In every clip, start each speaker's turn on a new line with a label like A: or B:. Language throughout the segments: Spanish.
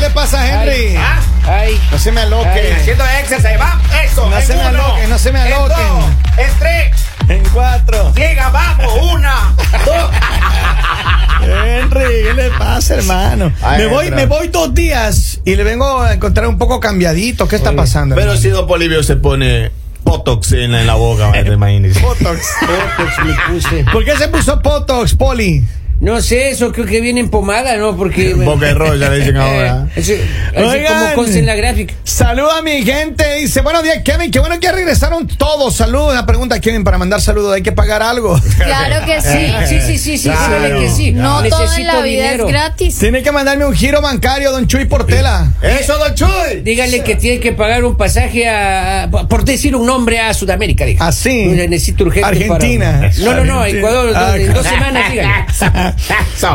A: le pasa a Henry?
B: ¿Ah?
C: Ay,
A: No se me aloque.
B: Haciendo exercise, va, eso.
A: No
B: en
A: se
B: uno,
A: me aloquen, no se me
B: en
A: aloquen.
B: dos, En tres,
A: En cuatro.
B: llega, vamos, una, dos.
A: Henry, ¿qué le pasa, hermano?
C: Ay,
A: me voy,
C: entra.
A: me voy dos días y le vengo a encontrar un poco cambiadito. ¿Qué está pasando?
D: Pero si Don Polivio se pone Botox en la, en la boca, madre, imagínese.
A: Botox.
C: Botox me puse.
A: ¿Por qué se puso Botox, Poli?
C: No sé, eso creo que viene en pomada, ¿no? Porque.
D: Boca de rollo, ya le dicen ahora.
C: Eh, ese- ese
A: Oigan.
C: como consta en la gráfica.
A: Saluda a mi gente, dice, buenos días Kevin, qué bueno que regresaron todos. Saludos, la pregunta Kevin, para mandar saludos hay que pagar algo.
E: Claro que
A: Eh,
E: sí.
C: Sí, sí, sí, sí,
D: Claro.
C: sí, vale que sí.
E: No todo en
C: Ah, Necesito
E: la vida
C: dinero.
E: es gratis.
A: Tiene que mandarme un giro bancario, don Chuy Portela.
D: ¡Eso, Don Chuy!
C: Dígale que tiene que pagar un pasaje a, a- por decir un nombre a Sudamérica, diga.
A: Así.
C: Mira, Necesito urgente
A: Ah, Argentina.
C: para- No, no, no,
A: Argentina.
C: Ecuador,
A: Ah,
C: en dos semanas, dígale.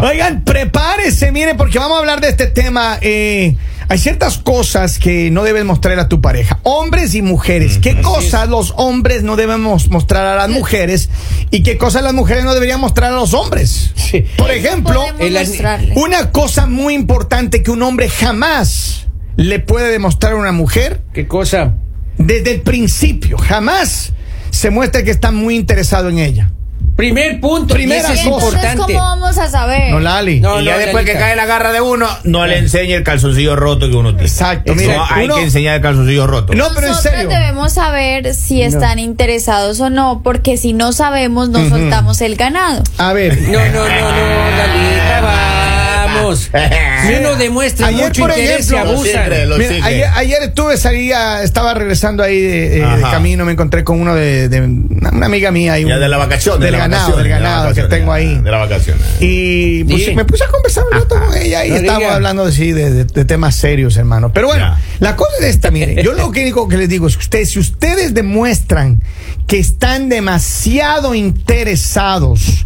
A: Oigan, prepárese, mire, porque vamos a hablar de este tema. eh, hay ciertas cosas que no debes mostrar a tu pareja, hombres y mujeres. ¿Qué cosas los hombres no debemos mostrar a las mujeres y qué cosas las mujeres no deberían mostrar a los hombres?
C: Sí.
A: Por ejemplo, eh,
E: Podemos
C: el ani-
E: mostrarle.
A: Una cosa muy importante que un hombre jamás le puede demostrar a una mujer
C: ¿Qué cosa?
A: desde el principio, jamás se muestra que está muy interesado en ella.
C: Primer punto.
A: Primera
C: y ese es
A: cosa.
E: Entonces,
C: importante.
E: ¿cómo vamos a saber?
A: No, Lali.
C: No,
D: y ya
C: no,
D: después
C: Lalita.
D: que cae la garra de uno, no le enseñe el calzoncillo roto que uno tiene.
A: Exacto, mira,
D: No, hay
A: uno-
D: que enseñar el calzoncillo roto.
A: No, pero en
E: Nosotros
A: serio.
E: debemos saber si están interesados o no, porque si no sabemos, no soltamos el ganado.
A: A ver.
C: No, no, no, no, Lalita, vamos.
D: Eh,
C: Si uno demuestra
A: Ayer,
C: mucho
A: por
C: interés, se
A: ejemplo,
C: abusa.
D: siempre lo- Los
A: Mira,
D: Tigres.
A: ayer, ayer estuve, salía, estaba regresando ahí de, de- de
D: eh. Ajá.
A: camino, me encontré con uno de, de una una amiga mía. ahí,
D: Ya
A: un-
D: de la vacación.
A: Del
D: de la
A: ganado,
D: vacación,
A: del
D: de la
A: ganado que
D: vacación,
A: tengo
D: ya,
A: ahí.
D: De la vacación.
A: Y pues,
C: Sí.
A: me puse a conversar un rato con ella y
C: No
A: estábamos
C: diga.
A: hablando sí, de, de- de temas serios, hermano. Pero bueno,
D: Ya.
A: la cosa es esta, miren. Yo lo que digo que les digo es que ustedes, si ustedes demuestran que están demasiado interesados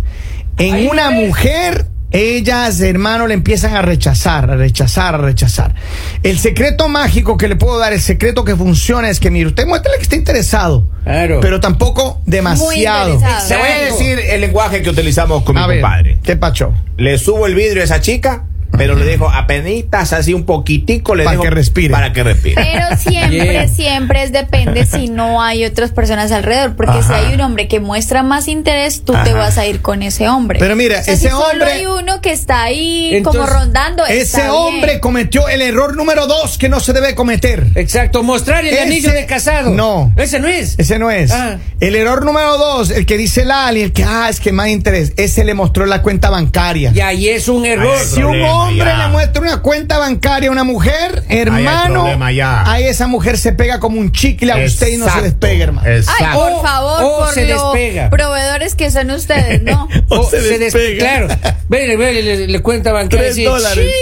A: en una mujer, ellas, hermano, le empiezan a rechazar, a rechazar, a rechazar. El secreto mágico que le puedo dar, el secreto que funciona es que, mire, usted muéstrele que está interesado.
C: Claro.
A: Pero tampoco demasiado.
E: interesado.
D: Te voy a decir el lenguaje que utilizamos con mi
A: A ver,
D: compadre.
A: ¿qué pacho?
D: Le subo el vidrio a esa chica, pero le dejo apenitas, así un poquitico, le
A: Para
D: dejo
A: que respire.
D: Para que respire.
E: Pero siempre,
C: Bien.
E: siempre es depende si no hay otras personas alrededor. Porque si hay un hombre que muestra más interés, tú te
D: Ajá.
E: vas a ir con ese hombre.
A: Pero mira,
E: O sea,
A: ese
E: si solo
A: hombre-
E: hay uno que está ahí como
C: Entonces,
E: rondando. está
A: Ese
E: bien.
A: hombre cometió el error número dos que no se debe cometer.
C: Exacto, mostrar el
A: Ese-
C: anillo de casado.
A: No.
C: Ese no es.
A: Ese no es.
C: Ah.
A: El error número dos, el que dice Lali, el que, ah, es que más interés. Ese le mostró la cuenta bancaria.
C: Y ahí es un error.
D: Ahí
A: Si un
D: problema,
A: hombre
D: ya.
A: le muestra una cuenta bancaria a una mujer, hermano,
D: problema, ya.
A: ahí esa mujer se pega como un chicle a usted y no se
D: Exacto,
A: despega, hermano.
D: Exacto.
E: Ay, por
C: O-
E: favor,
C: o
E: por
C: se
E: los
C: despega.
E: proveedores que son ustedes, ¿no?
A: O
C: O
A: se
C: Oh, des-
A: despega.
C: Claro. Ve, ve, le, le- le cuenta bancaria.
A: Tres
C: y dice,
A: dólares.
C: "Sí".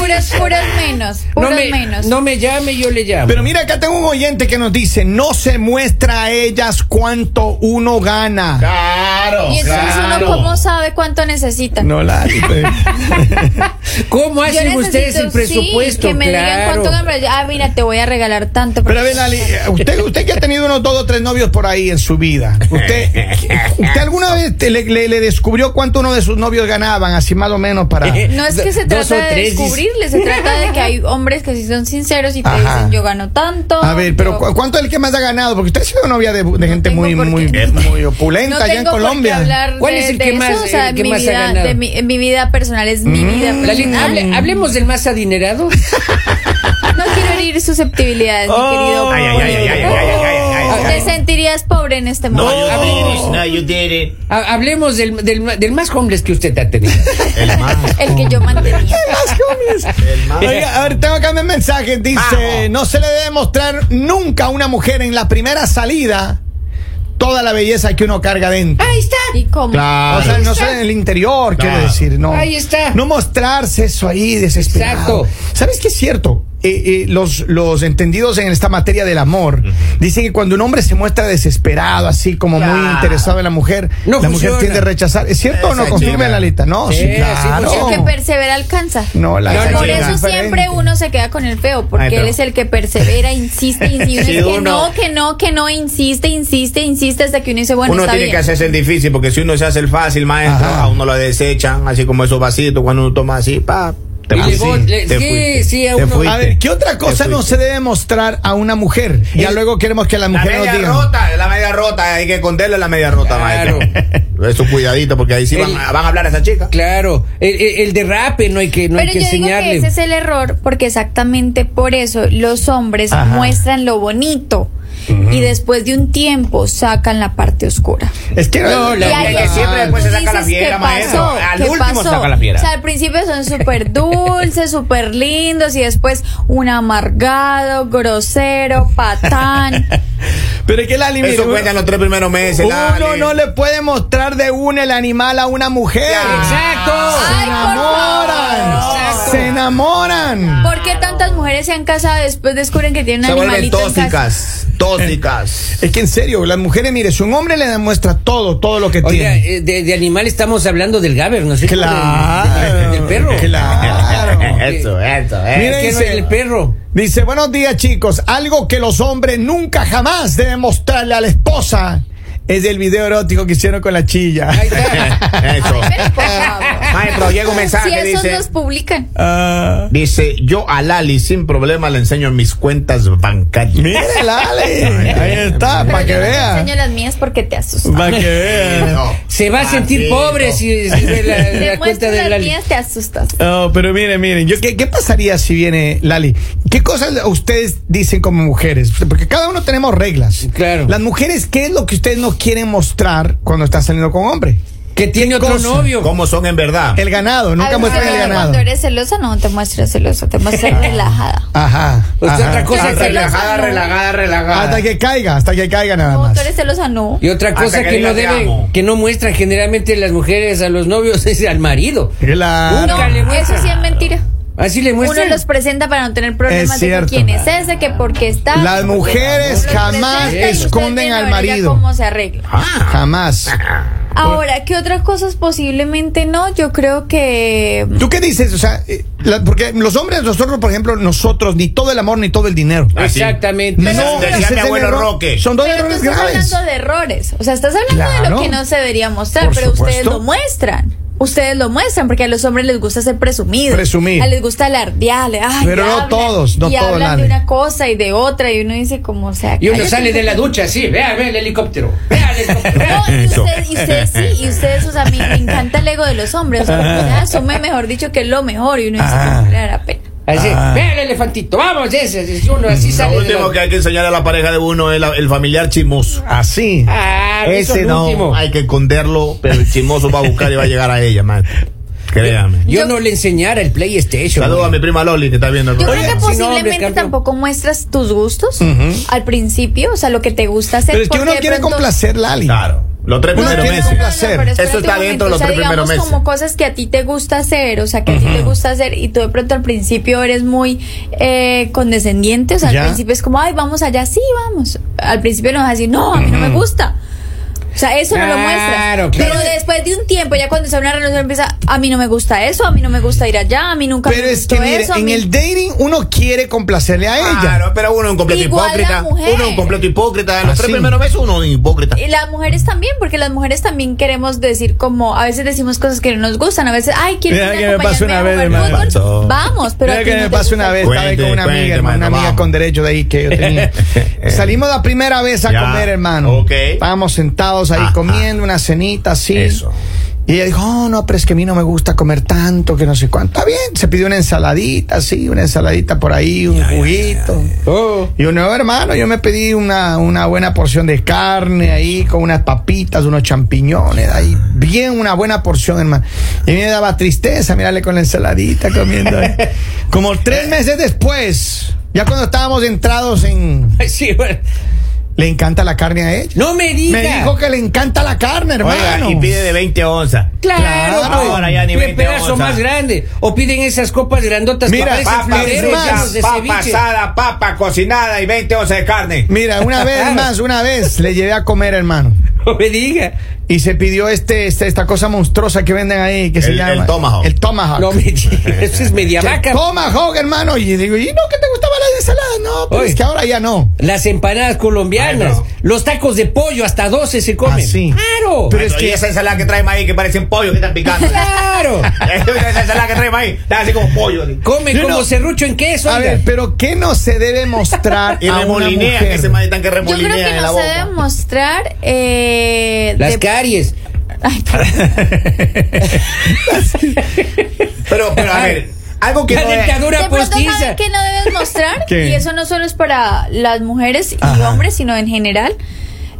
E: Puras, puras menos,
C: No
E: puras
C: me,
E: menos.
C: no me llame, yo le llamo.
A: Pero mira, acá tengo un oyente que nos dice, no se muestra a ellas cuánto uno gana.
D: Claro.
E: y entonces
D: claro.
E: uno cómo sabe cuánto necesita.
A: No, Lali. pues.
C: ¿Cómo
E: Yo
C: hacen
E: necesito,
C: ustedes el
E: sí,
C: presupuesto?
E: que me digan
C: Claro.
E: cuánto ganas. Ah, mira, te voy a regalar tanto.
A: Pero a ver, Lali, usted, usted que ha tenido unos dos o tres novios por ahí en su vida, ¿usted, ¿usted alguna vez te- le, le- le descubrió cuánto uno de sus novios ganaban, así más o menos para...
E: No es que se
C: Dos
E: trata
C: o
E: de
C: tres, dice.
E: descubrirle, se trata de que hay hombres que sí son sinceros y te
A: Ajá.
E: dicen yo gano tanto.
A: A ver, pero
E: yo-
A: ¿cu- ¿cuánto es el que más ha ganado? Porque usted ha sido novia de, de gente
E: tengo
A: muy,
E: por qué.
A: muy, muy opulenta
E: no
A: allá en
E: tengo por qué
A: Colombia.
E: hablar
C: ¿Cuál
E: de-
C: es el
E: de
C: que más-
E: eso, o sea,
C: el que
E: mi
C: más ha
E: vida,
C: ganado?
E: de mi, mi vida personal es mi vida
C: Lalín,
E: personal.
C: hable- hablemos del más adinerado.
E: No quiero herir susceptibilidades, mi querido.
D: Ay, ay, ay, ay, ay, ay, ay, ay, ay, ay, ay.
E: Te sentirías pobre en este
D: No,
E: momento.
D: you did it. No, you did it.
C: Ha- hablemos del, del, del más homeless que usted ha tenido.
D: El más.
E: El que yo mantenía.
D: El más.
A: Oiga, a ver, tengo acá mi mensaje. Dice,
D: Vamos.
A: no se le debe mostrar nunca a una mujer en la primera salida toda la belleza que uno carga dentro.
C: Ahí está.
E: ¿Y cómo?
D: Claro.
A: O sea, no sé, en el interior, quiero
D: Claro.
A: decir, no.
C: Ahí está.
A: No mostrarse eso ahí desesperado.
C: Exacto.
A: ¿Sabes qué es cierto? Eh, eh, los, los entendidos en esta materia del amor dicen que cuando un hombre se muestra desesperado, así como muy
D: Claro.
A: interesado en la mujer,
C: No
A: la mujer
C: funciona.
A: tiende a rechazar. ¿Es cierto o no?
D: Esa
A: Confirme
D: chica.
A: la lista. No,
C: Sí,
A: sí,
C: sí
A: claro.
C: funciona.
E: El que persevera alcanza.
A: No, la
D: No,
A: esa
E: Por
A: chica
E: eso
A: es
E: siempre
A: diferente.
E: uno se queda con el feo,
D: Ay,
E: porque
D: pero-
E: él es el que persevera, insiste, insiste. uno
D: Sí,
E: es que
D: uno-
E: no, que no, que no, insiste, insiste, insiste, hasta que uno dice, bueno,
D: uno
E: está
D: tiene
E: bien.
D: que hacerse el difícil, porque si uno se hace el fácil, maestro,
A: Ajá.
D: a uno lo desechan, así como esos vasitos, cuando uno toma así, pa. Te
C: Y le
D: fuiste.
C: bot- le-
D: Te
C: sí,
D: fuiste.
C: sí, a
D: Te
C: uno-
D: fuiste.
A: A ver, ¿qué otra cosa
D: Te
A: no
D: fuiste.
A: se debe mostrar a una mujer? Ya
D: El-
A: luego queremos que las
D: La
A: mujeres nos
D: media
A: digan.
D: rota, la media rota, hay que esconderle la media rota,
C: Claro.
D: maestro. Eso cuidadito, porque ahí sí van,
C: El-
D: van a hablar a esa chica.
C: Claro, el, el- el derrape no hay que, no hay
E: Pero
C: que
E: yo
C: enseñarle.
E: digo que ese es el error porque exactamente por eso los hombres
A: Ajá.
E: muestran lo bonito y después de un tiempo sacan la parte oscura.
A: Es que
C: No, la-
E: Y ahí
C: Es
D: que
E: es
D: siempre
E: cuando
A: pues.
D: después se saca
E: dices,
D: la fiera,
E: ¿qué
D: maestro?
E: pasó?
D: Al
E: ¿Qué
D: último
E: pasó?
D: saca la fiera.
E: O sea, al principio son súper dulces, súper lindos y después un amargado, grosero, patán.
A: Pero es que la
D: Eso cuenta en los tres primeros meses.
A: Uno
D: dale.
A: no le puede mostrar de una el animal a una mujer.
C: Exacto.
A: Se
E: Ay, por favor.
A: enamoran.
C: Exacto.
A: Se enamoran.
E: ¿Por qué tantas mujeres se han casado y después descubren que tienen
D: Se
E: un
D: vuelven
E: animalito en casa?
D: tóxicas. Tóxicas.
A: Es que en serio, las mujeres, mire, si un hombre le demuestra todo, todo lo que
C: Oiga,
A: tiene.
C: eh, de, de animal estamos hablando del gaber, ¿no es cierto?
A: Claro.
C: Del, del perro.
A: Claro.
D: Eso, eso, eso.
A: Mire,
C: ¿Qué no
A: dice-
C: es el perro?
A: Dice, buenos días chicos, algo que los hombres nunca jamás deben mostrarle a la esposa es el video erótico que hicieron con la chilla.
C: Ahí está.
D: Eso.
E: Pero, por favor.
D: Maestro, llega un
E: Si
D: mensaje,
E: esos
D: dice.
E: los publican.
A: Ah,
D: Dice, yo a Lali sin problema le enseño mis cuentas bancarias.
A: mire, Lali, ahí está, para que
E: Yo no te
A: vea.
E: enseño las mías porque te asustan.
A: Para que vea.
D: No.
C: Se va a sentir
D: Así,
C: pobre
D: Ah, no.
C: si, si ve la, la
E: Te
C: cuenta
E: muestro
C: de
E: las
C: la
E: mías, te asustas.
A: No, pero miren, miren, yo, ¿qué, qué pasaría si viene Lali? ¿Qué cosas ustedes dicen como mujeres? Porque cada uno tenemos reglas.
C: Claro.
A: Las mujeres, ¿qué es lo que ustedes no quieren mostrar cuando están saliendo con hombre?
C: Que tiene otro
A: cosa?
C: novio.
D: ¿Cómo son en verdad?
A: El ganado, nunca
E: Al
A: muestran el
E: contrario,
A: ganado.
E: Cuando eres celosa, no te muestras celosa, te muestras relajada.
A: Ajá.
C: O sea,
A: ajá.
C: otra cosa
E: Tan
C: que-
E: celosa, no.
D: relajada.
A: Hasta que caiga, hasta que caiga nada
E: No,
A: más.
E: tú eres celosa, no.
C: Y otra
D: Hasta
C: cosa
D: que
C: que,
D: diga
C: no
D: te
C: debe,
D: amo.
C: que no muestran generalmente las mujeres a los novios es al marido.
A: Claro.
E: No,
C: Nunca le
E: eso
C: muestran.
E: sí es mentira.
C: Así le
E: Uno
C: muestran.
E: los presenta para no tener
A: Es
E: problemas de que
A: cierto.
E: quién es ese, que por qué está.
A: Las
E: que por qué-
A: mujeres
E: Los
A: jamás
E: presenta y usted
A: esconden
E: viene a
A: al
E: ver ya
A: marido.
E: ¿Cómo se arregla?
D: Ah.
A: Ah. Jamás.
E: Ahora, ¿qué otras cosas posiblemente no? Yo creo que.
A: ¿Tú qué dices? O sea, eh, la- porque los hombres, nosotros, por ejemplo, nosotros, ni todo el amor ni todo el dinero.
D: Así.
C: Exactamente.
E: Pero-
A: No,
E: Decía
A: ese es
D: mi
A: el
D: abuelo
A: error.
D: Roque.
A: Son dos
E: Pero tú
A: errores
E: estás
A: graves.
E: hablando de errores. O sea, estás hablando de
A: Claro.
E: lo que no se debería mostrar,
A: Por
E: pero ustedes
A: supuesto.
E: lo muestran. Ustedes lo muestran porque a los hombres les gusta ser presumidos.
A: Presumir.
E: A les gusta alardearle. Ay,
A: Pero
E: y
A: no
E: hablan,
A: todos, no
E: Y
A: todos,
E: hablan
A: Lale.
E: de una cosa y de otra y uno dice como, o sea...
C: Y uno
E: cállate.
C: sale de la ducha, sí. Vea, vea el helicóptero. Vea el helicóptero.
D: Ah.
E: No,
C: vea.
E: y ustedes, y ustedes sí, y ustedes, o sea, a mí me encanta el ego de los hombres. O sea, porque, ah, asume, mejor dicho, que es lo mejor y uno dice,
A: Ah.
E: como, "Vale la pena.
C: Así, vea el elefantito. Vamos, ese. ese, uno así
D: Lo
C: sale. de
D: último
C: la-
D: que hay que enseñar a la pareja de uno es la- el familiar chismoso.
A: Así.
C: Ah, eso
D: Ese
C: es lo último.
D: no, hay que esconderlo, pero el chismoso va a buscar y va a llegar a ella, man. Créame.
C: Yo,
E: Yo-
C: no le enseñara el PlayStation.
D: Saludos a mi prima Loli que está viendo el
E: Yo
D: programa.
E: creo que
C: si no, hombre,
E: posiblemente
C: cambio.
E: tampoco muestras tus gustos al principio, o sea, lo que te gusta hacer.
A: Pero es que
E: porque
A: uno
E: de
A: quiere
E: pronto-
A: complacer Lali.
D: Claro, los tres
A: Uno
D: primeros
A: tiene
D: meses.
A: un placer.
E: pero espérate
D: Eso está
E: un
D: dentro de los
E: este momento,
D: tres
E: o sea,
D: primeros
E: digamos
D: meses.
E: como cosas que a ti te gusta hacer, o sea, que a ti te gusta hacer y tú de pronto al principio eres muy eh, condescendiente, o sea,
A: Ya.
E: al principio es como, ay, vamos allá, sí, vamos. Al principio nos vas a decir, no, a mí no me gusta. O sea, eso no lo
C: Claro,
E: muestras.
C: claro.
E: Pero después de un tiempo, ya cuando se habla una relación, empieza, a mí no me gusta eso, a mí no me gusta ir allá, a mí nunca
A: Pero
E: me
A: es
E: gustó
A: que mire,
E: eso. a
A: en
E: mí-
A: el dating uno quiere complacerle a ella.
D: Claro, pero uno es un completo
E: Igual la
D: hipócrita.
E: mujer.
D: Uno es un completo hipócrita. Los
A: Así.
D: tres primeros meses uno es un hipócrita.
E: Y las mujeres también, porque las mujeres también queremos decir como, a veces decimos cosas que no nos gustan, a veces, ay, ¿quieres
A: Mira
E: ir a
A: que me pasó
E: acompañarme
A: una
E: a
A: vez,
E: jugar
A: hermano.
D: Pasó.
E: fútbol? Vamos, pero a
A: Mira
E: ti
A: que
E: no
A: me
E: te
A: pasó una
E: gusta.
A: vez, estaba ahí con una
D: Cuente,
A: amiga,
D: cuente,
A: hermano, una
D: mano,
A: amiga
D: vamos.
A: con derecho de ahí que yo tenía. Salimos la primera vez a
D: Ya.
A: comer, hermano.
D: Ok.
A: Estábamos sentados ahí
D: Ajá.
A: comiendo una cenita así.
D: Eso.
A: Y ella dijo, oh, no, pero es que a mí no me gusta comer tanto, que no sé cuánto. Está bien, se pidió una ensaladita, sí, una ensaladita por ahí, un juguito.
C: Oh.
A: Y yo, no, hermano, yo me pedí una, una buena porción de carne ahí, con unas papitas, unos champiñones ahí. Bien, una buena porción, hermano. Y a mí me daba tristeza mirarle con la ensaladita comiendo ahí. Como tres meses después, ya cuando estábamos entrados en...
C: Sí, bueno.
A: Le encanta la carne a ella.
C: No me diga.
A: Me dijo que le encanta la carne, hermano.
D: Oiga, y pide de 20 onzas.
C: Claro,
A: Claro,
C: pues,
D: ahora ya ni
C: pide
D: 20
C: pedazo
D: onzas.
C: más grande. O piden esas copas grandotas
A: Mira,
C: que parecen
D: Papa,
C: floreros
A: es más,
C: llenos de
D: frita, papa
C: ceviche.
D: asada, papa cocinada y 20 onzas de carne.
A: Mira, una vez
C: Claro.
A: más, una vez le llevé a comer, hermano.
C: No me diga.
A: Y se pidió este, este- esta cosa monstruosa que venden ahí, que se
D: El-
A: llama.
D: el tomahawk.
A: El tomahawk.
C: No me diga. Eso es media
A: Que
C: vaca.
A: Tomahawk, hermano. Y digo, ¿y no que te gustaba la ensalada no, pero
C: Oye.
A: es que ahora ya no.
C: Las empanadas colombianas,
D: Ay, no.
C: los tacos de pollo, hasta 12 se comen.
A: Ah, sí.
C: ¡Claro!
A: Pero es
D: es que
A: que-
D: esa ensalada que trae maíz que parece un pollo que están picando.
C: ¡Claro!
D: esa ensalada que trae maíz, está así como pollo. así.
C: Come
A: Yo
C: como
A: no-
C: serrucho en queso.
A: A
C: oiga.
A: ver, pero ¿qué no se debe mostrar
D: Y
A: a una
D: remolinea, que
A: mujer?
D: ese maíz tan que
E: Yo
D: remolinea
E: creo que
D: en la
E: no se
D: boca.
E: deben mostrar. Eh,
C: Las
E: de-
C: caries.
E: Ay, perdón.
D: Pero, pero a ver, algo que
C: La
D: no es-
C: dentadura
E: De pronto
C: postiza.
E: saben que no debes mostrar,
A: ¿Qué?
E: y eso no solo es para las mujeres y
A: Ajá.
E: hombres, sino en general,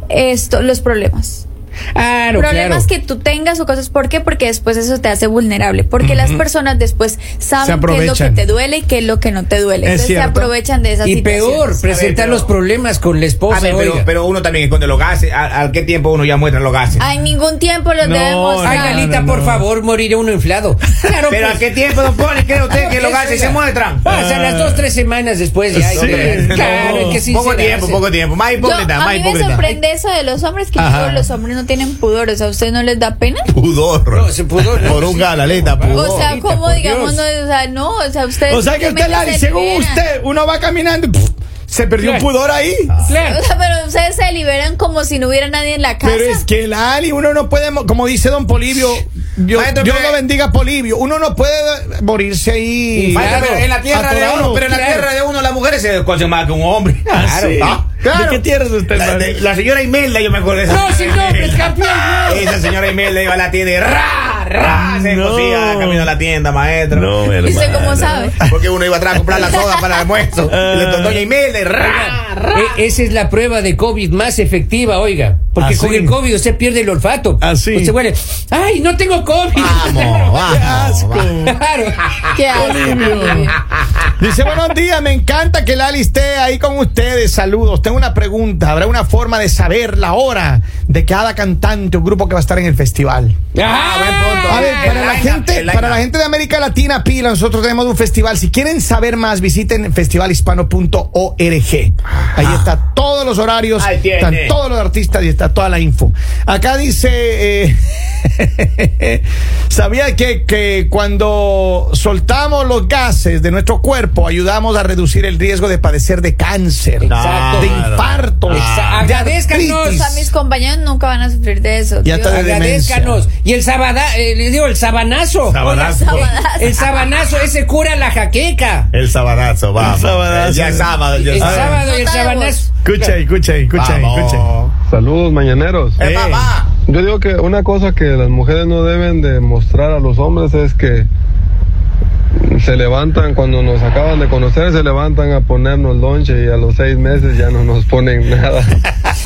E: esto, los problemas.
C: Claro,
E: problemas
C: claro.
E: que tú tengas o cosas. ¿Por qué? Porque después eso te hace vulnerable. Porque las personas después
A: Se
E: saben qué es lo que
A: aprovechan.
E: te duele y qué es lo que no te duele.
A: Es
E: Entonces se
A: cierto.
E: aprovechan de esas
C: Y peor,
E: situaciones.
C: presentar
D: pero-
C: los problemas con la esposa.
D: A ver, pero,
C: oiga.
D: pero uno también esconde los gases. ¿Al, al qué tiempo uno ya muestra los gases?
E: A ningún tiempo los
A: No,
E: debes
C: Ay,
E: mostrar.
C: Galita,
A: no, no,
C: por
A: no.
C: favor, moriré uno inflado. Claro,
D: pero
C: pues.
D: a qué tiempo, don Poli, cree usted que los
C: Eso,
D: gases
C: oiga.
D: se muestran?
C: Pasan las dos, tres semanas después ya.
A: Sí.
C: oiga. Claro,
A: No.
C: es que sí
D: poco
C: se
D: tiempo,
C: hace.
D: poco tiempo. Más
E: Yo-
D: hipócrita,
E: a
D: más
E: mí me
D: hipócrita.
E: sorprende eso de los hombres que yo
A: Ajá.
E: digo, los hombres no tienen pudor. O sea, ¿a ustedes no les da pena?
D: Pudor.
C: No, se pudo. no,
D: Por un
C: sí.
D: galaleta, pudor.
E: o sea,
C: Ahorita,
E: como
C: por
E: digamos,
C: Dios.
E: no, o sea, no, o sea, ustedes.
A: O sea que usted,
E: simplemente
A: Lari,
E: se
A: según
E: liberan.
A: usted, uno va caminando y, pff, se perdió un
C: Claro.
A: pudor ahí.
D: Ah.
C: Claro.
E: O sea, pero ustedes se liberan como si no hubiera nadie en la casa.
A: Pero es que Lari, uno no puede, mo- como dice don Polivio, Dios,
D: Maestro,
A: Dios
D: pero-
A: lo bendiga Polivio, uno no puede morirse ahí.
C: Infla-
D: Maestro,
C: Claro.
D: pero en la tierra de
A: Atorado.
D: uno, pero en la
C: Claro.
D: tierra de uno las mujeres se conocen más que un hombre.
A: Ah, sí.
D: Ah,
A: ¿De
D: claro.
A: qué tierra es usted,
D: La,
A: Lari?
D: de- la señora Imelda, yo me acuerdo de esa.
C: No, sin
D: señora
C: nombres,
D: Imelda.
C: campeón.
D: Esa señora Imelda iba a la tienda y ra, ra, se
A: No.
D: cosía camino a la tienda, maestro.
E: ¿Y usted cómo sabe?
D: Porque uno iba atrás a comprar la soda para el almuerzo. Y le tocó doña Imelda y ra, ra.
C: E- esa es la prueba de COVID más efectiva, oiga. Porque
A: Así.
C: con el COVID usted pierde el olfato.
A: Así.
C: Usted huele, ¡ay, no tengo COVID!
D: Vamos, vamos.
A: Asco.
C: Claro.
E: ¿Qué hace?
A: Dice, buenos días, me encanta que Lali esté ahí con ustedes. Saludos. Tengo una pregunta. ¿Habrá una forma de saber la hora de cada cantante o grupo que va a estar en el festival?
D: Ah, buen punto.
A: A ver,
D: El
A: para la,
D: lineup,
A: gente,
D: el lineup.
A: para la gente de América Latina, pila, nosotros tenemos un festival. Si quieren saber más, visiten festivalhispano.org. Ahí está todos los horarios,
D: Ah. Ahí tiene.
A: están todos los artistas y está toda la info. Acá dice, eh, ¿sabía que, que cuando soltamos los gases de nuestro cuerpo, ayudamos a reducir el riesgo de padecer de cáncer,
C: Exacto.
A: de infartos,
D: Ah.
C: Exacto.
A: de
C: Agradezcanos.
E: O
A: artritis?
E: sea, mis compañeros nunca van a sufrir de eso.
A: Ya
E: tío.
A: está de demencia.
C: Agradezcanos. Y el sabada, eh, le digo, el sabanazo.
D: Sabanazo.
C: Oiga, El sabanazo, ese cura la jaqueca.
D: El sabadazo, vamos.
A: El sabadazo.
D: Ya es sábado, ya
C: El
D: es sábado.
C: sábado y el
E: Nota de
C: sabanazo.
A: Escucha, ahí, escucha, ahí, escucha, ahí, escucha. ahí.
D: Vamos.
F: Saludos mañaneros.
D: Eh, papá.
F: Yo digo que una cosa que las mujeres no deben de mostrar a los hombres es que se levantan cuando nos acaban de conocer, se levantan a ponernos lonche y a los seis meses ya no nos ponen nada.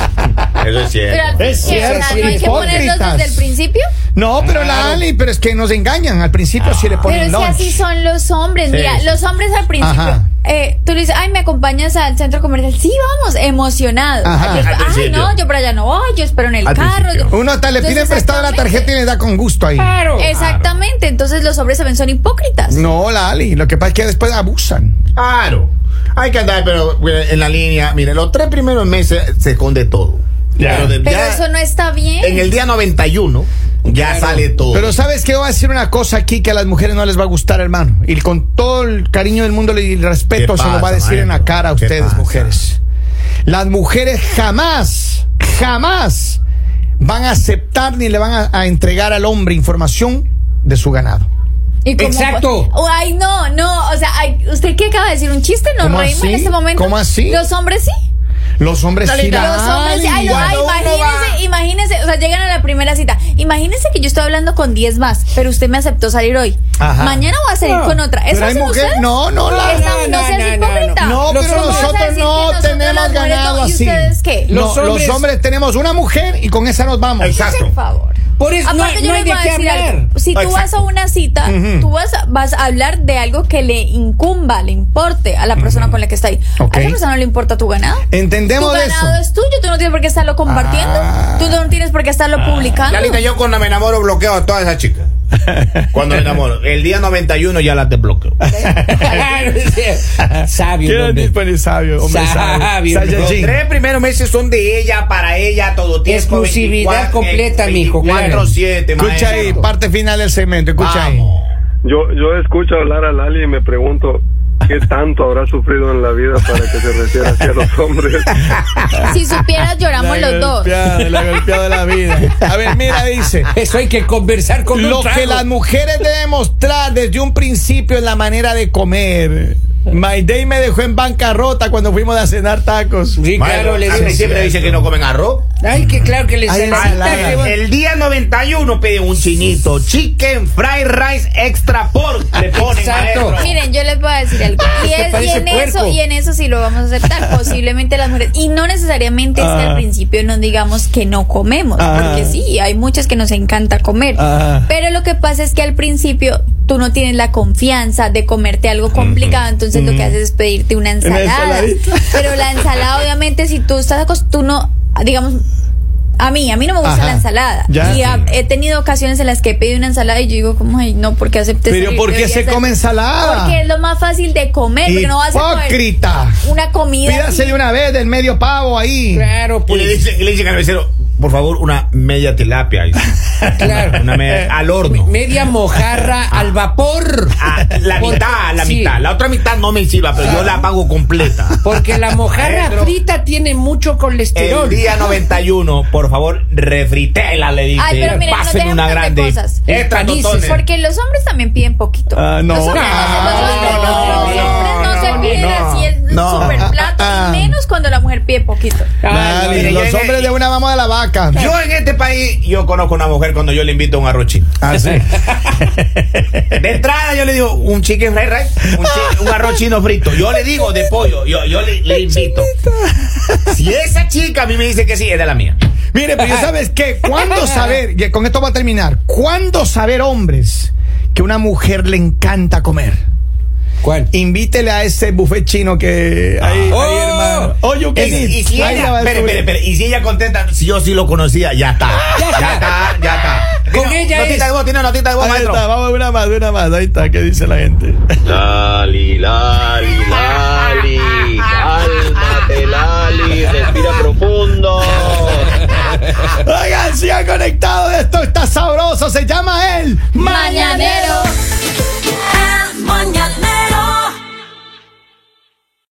D: Eso es
E: Pero
D: cierto.
E: al
A: Es
E: fin, ¿qué? O sea,
A: cierto,
E: no hay que ponerlos
A: hipócritas.
E: desde el principio.
A: No, pero la Ali, pero es que nos engañan. Al principio sí le
E: Ah. Pero
A: ponen
E: es que
A: lunch.
E: así son los hombres. Mira, los hombres al principio.
A: Ajá.
E: eh, tú le dices, ay, ¿me acompañas al centro comercial? Sí, vamos, emocionado.
A: Ajá.
E: Ay, yo-
D: Al
E: Ay,
D: principio.
E: no, yo para allá no voy, yo espero en el carro.
D: principio.
E: yo-
A: Uno hasta le pide
E: Entonces,
A: prestada la
E: exactamente.
A: tarjeta y le da con gusto ahí.
C: Claro.
E: Exactamente, entonces los hombres también son hipócritas.
A: No, la Ali. Lo que pasa es que después abusan.
D: Claro. Hay que andar, pero bueno, en la línea. Mire, los tres primeros meses se esconde todo.
A: Ya.
D: de-
E: Pero
D: ya
E: eso no está bien.
D: En el día 91 ya
C: Claro.
D: sale todo.
A: Pero sabes que voy a decir una cosa aquí que a las mujeres no les va a gustar, hermano. Y con todo el cariño del mundo y el respeto
D: ¿Qué
A: se lo va a
D: pasa,
A: decir en la
D: maestro?
A: cara a
D: ¿Qué
A: ustedes,
D: pasa?
A: mujeres. Las mujeres jamás, jamás van a aceptar ni le van a- a entregar al hombre información de su ganado.
E: ¿Y cómo-
C: Exacto.
E: Oh, ay, no, no. O sea, ay, ¿usted qué acaba de decir? ¿Un chiste? ¿Nos
A: ¿Cómo
E: reímos en
A: así?
E: este momento?
A: ¿Cómo así?
E: Los hombres sí.
A: Los hombres sí la
E: Los hombres sí. Ay, lo- ay,
A: Cuando uno va-
E: imagínese, imagínese. O sea, llegan a la primera cita. Imagínese que yo estoy hablando con 10 más, pero usted me aceptó salir hoy.
A: Ajá.
E: Mañana voy a salir
C: No,
E: con otra. ¿Eso
A: pero hay
E: hacen
A: mujer-
E: ustedes?
A: no, no, la-
E: Esa-
C: no,
E: no
C: no,
E: seas
C: no,
E: hipócrita.
A: No, pero
C: Los hombres-
E: Vas a
A: nosotros
E: decir que
A: no
E: nosotros las
A: tenemos
E: mujeres
A: ganado
E: no. ¿Y
A: así.
E: ustedes qué?
A: No,
C: Los
A: los
C: hombres-
A: hombres... tenemos una mujer y con esa nos vamos.
E: Por
D: Exacto.
E: favor.
C: Por eso Pues no,
E: Aparte,
C: no
E: yo
C: hay
E: les
C: de
E: voy a
C: qué
E: decir
C: hablar.
E: algo. Si tú
D: Exacto.
E: vas a una cita,
A: Ujú.
E: tú vas, vas a hablar de algo que le incumba, le importe a la persona con la que está ahí.
A: Ok.
E: A esa persona no le importa tu ganado. Tu
A: Entendemos eso.
E: ganado es tuyo, tú no tienes por qué estarlo compartiendo,
C: Ah.
E: tú no tienes por qué estarlo publicando.
D: Lalita, yo cuando me enamoro bloqueo a todas esas chicas. Cuando me enamoro. El día 91 ya las desbloqueo.
C: Claro, o sea,
A: Qué
C: Sabio, hombre.
A: hombre sabio, hombre
C: Sabio.
A: sabio.
D: Los
A: Saiyajin.
D: tres primeros meses son de ella, para ella, todo tiempo.
C: Exclusividad completa, mijo, claro.
D: 4-7,
A: Escucha ahí, parte final del segmento, escucha ahí.
F: Yo, yo escucho hablar a Lali y me pregunto, ¿Qué tanto habrá sufrido en la vida para que se refiera hacia los hombres?
E: Si supieras, lloramos los dos.
A: golpeada, la golpeada de la vida. A ver, mira, dice.
C: Eso hay que conversar con un
A: Lo
C: trago.
A: que las mujeres deben mostrar desde un principio es la manera de comer. My Day me dejó en bancarrota cuando fuimos a cenar tacos.
C: Sí, claro, le
G: a mí
C: digo.
G: siempre dice que no comen arroz.
C: Ay, que claro que le
A: Ay, ensalada.
C: ensalada.
G: El día 91 piden un chinito, chicken fried rice extra pork. Le ponen
C: Exacto.
G: maestro.
E: Miren, yo les voy a decir algo. Y,
C: que
E: es- y
C: parece
E: en eso,
C: puerco.
E: y en eso sí lo vamos a aceptar. Posiblemente las mujeres. Y no necesariamente es que
A: Ah.
E: al principio no digamos que no comemos.
A: Ah.
E: Porque sí, hay muchas que nos encanta comer.
A: Ah.
E: Pero lo que pasa es que al principio tú no tienes la confianza de comerte algo complicado. Entonces lo que haces es pedirte una ensalada.
A: Mm. ensaladita.
E: Pero la ensalada, obviamente, si tú estás acostumbrado, digamos. A mí, a mí no me gusta
A: Ajá.
E: la ensalada.
A: Ya.
E: Y ah, he tenido ocasiones en las que he pedido una ensalada y yo digo, como, ay, no, ¿por qué acepté
A: Pero
E: salir?
A: ¿por qué
E: Debería
A: se
E: ser-
A: come ensalada?
E: Porque es lo más fácil de comer, porque no vas a comer
A: Hipócrita.
E: una comida.
A: Pídase
E: así.
A: de una vez del medio pavo ahí.
C: Claro,
G: Y le
C: pues.
G: dice, y le dicen al mesero, por favor, una media tilapia. dice.
C: Claro. Eh,
G: Una media, al horno.
C: Media mojarra al vapor.
G: Ah, la
C: Porque-
G: mitad, la
C: sí,
G: mitad. La otra mitad no me sirva, pero yo la pago completa.
C: Porque la mojarra
G: Pedro.
C: frita tiene mucho
G: El
C: colesterol.
G: día 91, por favor, refritela, le dice.
E: Ay, pero miren, no
G: Pasen
E: dejan
G: una
E: tantas
G: grande.
E: cosas.
G: Extra
C: Panices.
G: totones.
E: Porque los hombres también piden poquito.
A: Ah, no.
E: Los hombres
A: No,
E: los
G: no,
E: hombres los hombres no
G: no,
E: se
G: no,
E: piden
G: no,
E: así el
A: no.
E: super plato,
A: Ah, ah.
E: y menos cuando la mujer pide poquito.
C: Ay,
A: Claro,
G: mire,
A: los
G: yo-
A: hombres de una vamos de la vaca.
G: Yo en este país, yo conozco una mujer cuando yo le invito a un arrochito.
A: Así.
G: De entrada yo le digo un chicken fried rice, un, chi- un arroz chino frito. Yo le digo de pollo, yo, yo le, le invito. Si esa chica a mí me dice que sí, es de la mía.
A: Mire, pero ¿sabes qué? ¿Cuándo saber, y con esto voy a terminar, ¿cuándo saber hombres que una mujer le encanta comer?
C: ¿Cuál?
A: Invítele a ese buffet chino que hay,
C: Ah.
A: ahí,
C: Oh.
A: hermano. Oye,
G: Y, y si ella, espere, espere, espere, y si ella contenta, si yo sí lo conocía, ya está. Ya está, ya está.
C: Con
G: Tiene
C: ella
G: notita
C: es-
G: de voz, tiene notita de voz,
A: Ahí
G: maestro.
A: está, vamos una más, una más. Ahí está, ¿qué dice la gente?
D: Lali, Lali, Lali, cálmate, Lali, respira profundo.
A: Oigan, sigan conectados. Esto está sabroso. Se llama él.
E: Mañanero.
H: El mañanero.